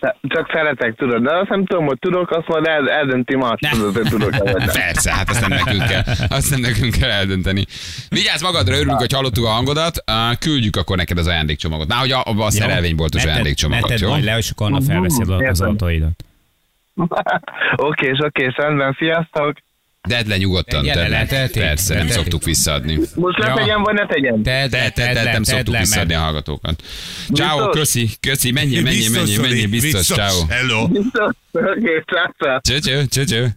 Speaker 5: Sze- Csak szeretek, tudod, de azt nem tudom, hogy tudok, azt majd el, eldönti más, tudod, hogy tudok -e vagy nem.
Speaker 2: Persze, hát azt nem nekünk kell, azt nem nekünk kell eldönteni. Vigyázz magadra, örülünk, hogy hallottuk a hangodat, Á, küldjük akkor neked az ajándékcsomagot. Na, hogy a, a szerelvényboltos ajándékcsomagot,
Speaker 3: jó?
Speaker 2: jó?
Speaker 3: majd le, és akkor Anna felveszi
Speaker 5: Mhm,
Speaker 3: a- az
Speaker 5: értem.
Speaker 3: autóidat.
Speaker 5: Oké, és oké, rendben, sziasztok.
Speaker 2: Tedd le nyugodtan,
Speaker 3: Igen,
Speaker 2: tedd le.
Speaker 3: letelték.
Speaker 2: Persze, nem
Speaker 3: Letelték.
Speaker 2: szoktuk visszaadni.
Speaker 5: Most
Speaker 2: Ja.
Speaker 5: ne tegyem, vagy ne tegyem?
Speaker 3: Te,
Speaker 2: De, de, de, nem szoktuk visszaadni a hallgatókat. Ciao,
Speaker 5: Biztos?
Speaker 2: köszi, köszi, mennyi, mennyi,
Speaker 4: Biztos,
Speaker 2: mennyi, mennyi,
Speaker 4: Zoli,
Speaker 2: biztos, ciao.
Speaker 4: Hello.
Speaker 5: Biztos? Oké, srácok.
Speaker 2: Cső, cső, cső, cső.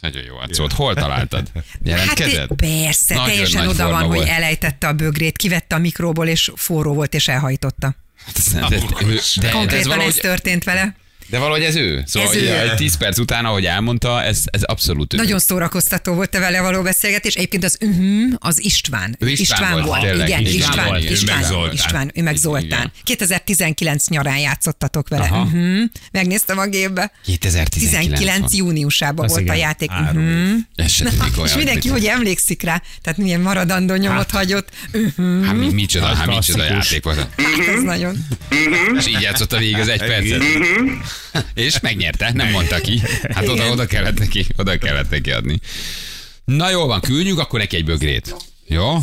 Speaker 2: Nagyon jó volt szólt. Hol találtad?
Speaker 7: Hát
Speaker 2: Jelentkezett?
Speaker 7: persze,
Speaker 2: Nagyon
Speaker 7: teljesen
Speaker 2: nagy
Speaker 7: oda
Speaker 2: forma
Speaker 7: van,
Speaker 2: volt.
Speaker 7: hogy elejtette a bögrét, kivette a mikróból, és forró volt, és elhajtotta.
Speaker 2: Hát ez nem- De, de, de, ez
Speaker 7: Konkrétan ez
Speaker 2: valahogy,
Speaker 7: történt vele.
Speaker 2: de valahogy ez ő. Szóval
Speaker 7: Ez ő.
Speaker 2: ez 10 perc után, ahogy elmondta, ez, ez abszolút ő.
Speaker 7: Nagyon szórakoztató volt a vele való beszélgetés. Egyébként az uh az István.
Speaker 2: Ő István volt, tényleg,
Speaker 7: igen,
Speaker 2: István
Speaker 7: István,
Speaker 2: volt, ő
Speaker 7: István,
Speaker 2: meg
Speaker 7: István,
Speaker 2: Zoltán.
Speaker 7: István, ő meg Zoltán.
Speaker 2: Igen.
Speaker 7: 2019 nyarán játszottatok vele.
Speaker 2: Aha.
Speaker 7: Uh-huh. Megnéztem a gépbe.
Speaker 2: 2019
Speaker 7: 19
Speaker 2: van.
Speaker 7: júniusában
Speaker 3: Az
Speaker 7: volt a
Speaker 3: igen,
Speaker 7: játék. Uh-huh.
Speaker 2: Ez se tudnék
Speaker 7: És
Speaker 2: olyan.
Speaker 7: mindenki hogy emlékszik rá, tehát milyen maradandó nyomot hagyott. Uh-huh.
Speaker 2: Hát mi, micsoda, hát micsoda
Speaker 3: klasszikus.
Speaker 2: játék volt.
Speaker 7: Ez nagyon.
Speaker 2: És így játszotta végig az egy percet. És megnyerte, nem mondta ki. Hát oda, oda kellett neki, oda kellett neki adni. Na jól van, küldjük akkor neki egy bögrét. Jó?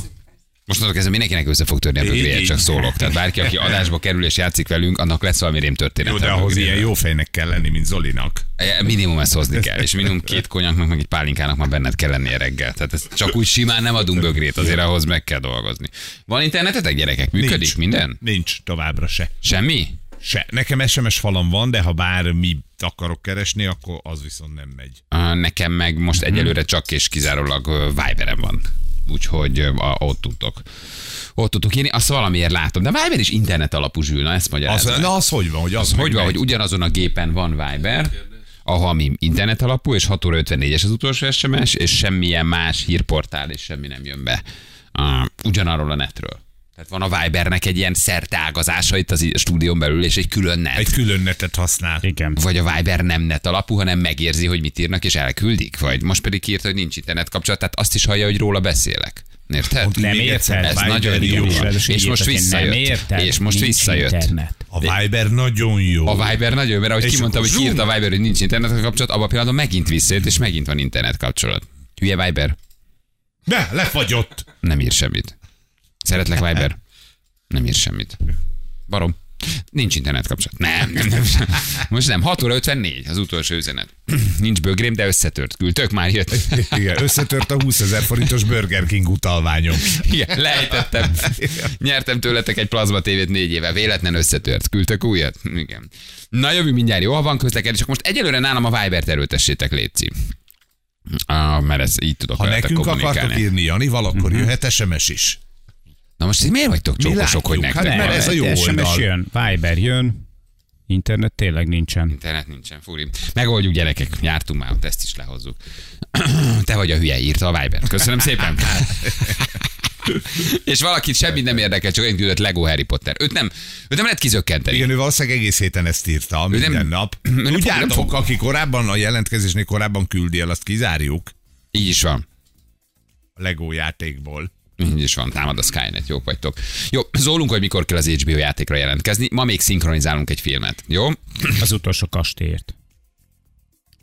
Speaker 2: Mostantól kezdve mindenkinek össze fog törni a bögréje, csak szólok. Tehát bárki, aki adásba kerül és játszik velünk, annak lesz valami rém történet.
Speaker 4: Jó, de ahhoz ilyen jó fejnek kell lenni, mint Zolinak.
Speaker 2: Minimum ezt hozni kell, és minimum két konyaknak, meg egy pálinkának már benned kell lennie reggel. Tehát ez csak úgy simán nem adunk bögrét, azért ahhoz meg kell dolgozni. Van internetetek, gyerekek? Működik
Speaker 4: Nincs.
Speaker 2: minden?
Speaker 4: Nincs továbbra se.
Speaker 2: Semmi?
Speaker 4: Se. Nekem SMS falam van, de ha bármi akarok keresni, akkor az viszont nem megy.
Speaker 2: Ö, Nekem meg most
Speaker 4: Mhm.
Speaker 2: egyelőre csak és kizárólag ö, Viberem van. Úgyhogy ö, a- ott tudtok. Ott tudtok írni, azt valamiért látom. De Viber is internet alapú zsűlna, ezt
Speaker 4: Az,
Speaker 2: magyarázom.
Speaker 4: na, az hogy van, hogy az,
Speaker 2: Az hogy van,
Speaker 4: megy?
Speaker 2: hogy ugyanazon a gépen van Viber, ahol mi internet alapú, és 6 óra 54-es az utolsó SMS, és semmilyen más hírportál, és semmi nem jön be. Uh, ugyanarról a netről. Tehát van a Vibernek egy ilyen szertágazása itt az i- stúdión belül, és egy külön net.
Speaker 4: Egy külön netet használ.
Speaker 3: Igen.
Speaker 2: Vagy a Viber nem net alapú, hanem megérzi, hogy mit írnak, és elküldik. Vagy most pedig írt, hogy nincs internet kapcsolat, tehát azt is hallja, hogy róla beszélek. Érted?
Speaker 4: Pont
Speaker 3: Nem
Speaker 4: Még
Speaker 3: érted?
Speaker 4: egyszer,
Speaker 2: Ez
Speaker 4: Viber
Speaker 2: nagyon
Speaker 4: jó.
Speaker 2: jó.
Speaker 3: Ráadásul
Speaker 2: És most
Speaker 3: írtak, hogy
Speaker 2: visszajött.
Speaker 3: Nem érted?
Speaker 2: És most
Speaker 3: Nincs
Speaker 2: visszajött.
Speaker 3: Internet.
Speaker 4: A Viber nagyon jó.
Speaker 2: A Viber nagyon, mert ahogy
Speaker 4: És
Speaker 2: kimondtam,
Speaker 4: akkor
Speaker 2: hogy
Speaker 4: zoom.
Speaker 2: írt a Viber, hogy nincs internet kapcsolat, abban a pillanatban megint visszajött, és megint van internet kapcsolat. Hülye Viber?
Speaker 4: Ne, lefagyott.
Speaker 2: Nem ír semmit. Szeretlek Viber? Nem ír semmit. Barom. Nincs internet kapcsolat. Nem, nem, nem. Most nem. 6 óra 54 az utolsó üzenet. Nincs bögrém, de összetört. Küldtök már jött.
Speaker 4: Igen, összetört a 20 ezer forintos Burger King utalványom.
Speaker 2: Igen, lejtettem. Nyertem tőletek egy plazma tévét négy éve. Véletlen összetört. Küldtök újat? Igen. Na jövő mindjárt jó, ha van közlekedés. Csak most egyelőre nálam a Viber-t erőltessétek, Léci. Ah, mert ez így tudok
Speaker 4: Ha
Speaker 2: veletek
Speaker 4: nekünk
Speaker 2: kommunikálni.
Speaker 4: akartok írni, Jani, valakor jöhet SMS is.
Speaker 2: Na most ti miért vagytok csókosok, hogy
Speaker 4: látjuk,
Speaker 2: nektek
Speaker 4: hát
Speaker 2: van
Speaker 4: mert ez a jó
Speaker 3: SMS
Speaker 4: oldal.
Speaker 3: jön, Viber jön, internet tényleg nincsen.
Speaker 2: Internet nincsen, furi. Megoldjuk gyerekek, jártunk már, ott ezt is lehozzuk. Te vagy a hülye, írta a Viber. Köszönöm szépen. És valakit semmit nem érdekel, csak egy küldött Lego Harry Potter. Őt nem, őt nem lehet kizökkenteni.
Speaker 4: Igen, ő valószínűleg egész héten ezt írta, minden
Speaker 2: nem-
Speaker 4: nap.
Speaker 2: nem fog-
Speaker 4: Úgy
Speaker 2: nem
Speaker 4: nem
Speaker 2: fog.
Speaker 4: fog, aki korábban a jelentkezésnél korábban küldi el, azt kizárjuk
Speaker 2: Így is van.
Speaker 4: a Lego játékból.
Speaker 2: Így is van, támad a Skynet, jók vagytok. Jó, szólunk, hogy mikor kell az HBO játékra jelentkezni. Ma még szinkronizálunk egy filmet, jó?
Speaker 3: Az utolsó kastélyért.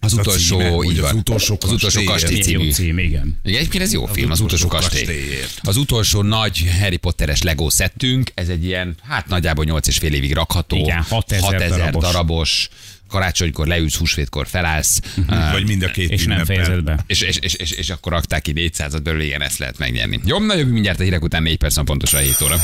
Speaker 2: Az
Speaker 4: a
Speaker 2: utolsó,
Speaker 4: címe,
Speaker 2: így
Speaker 4: hogy az
Speaker 2: van.
Speaker 4: utolsó
Speaker 2: az utolsó
Speaker 4: kastély.
Speaker 2: kastély
Speaker 3: Milyen
Speaker 2: című.
Speaker 3: jó cím, igen.
Speaker 2: Igen, egyébként ez jó film, az utolsó
Speaker 4: utolsó
Speaker 2: kastély.
Speaker 4: kastélyért.
Speaker 2: Az utolsó nagy Harry Potteres Lego szettünk, ez egy ilyen, hát nagyjából 8 és fél évig rakható.
Speaker 3: Igen, 6000
Speaker 2: darabos.
Speaker 3: darabos.
Speaker 2: darabos. Karácsonykor leülsz, húsvétkor felállsz. Uh,
Speaker 4: Mhm. Vagy mind a két
Speaker 3: És nem
Speaker 4: ünnepen.
Speaker 3: fejezed be.
Speaker 2: és, és, és, és, és, akkor rakták ki 400-at belőle, igen, ezt lehet megnyerni. Jobb, nagyobb mindjárt a hírek után 4 perc van pontosan 7 óra.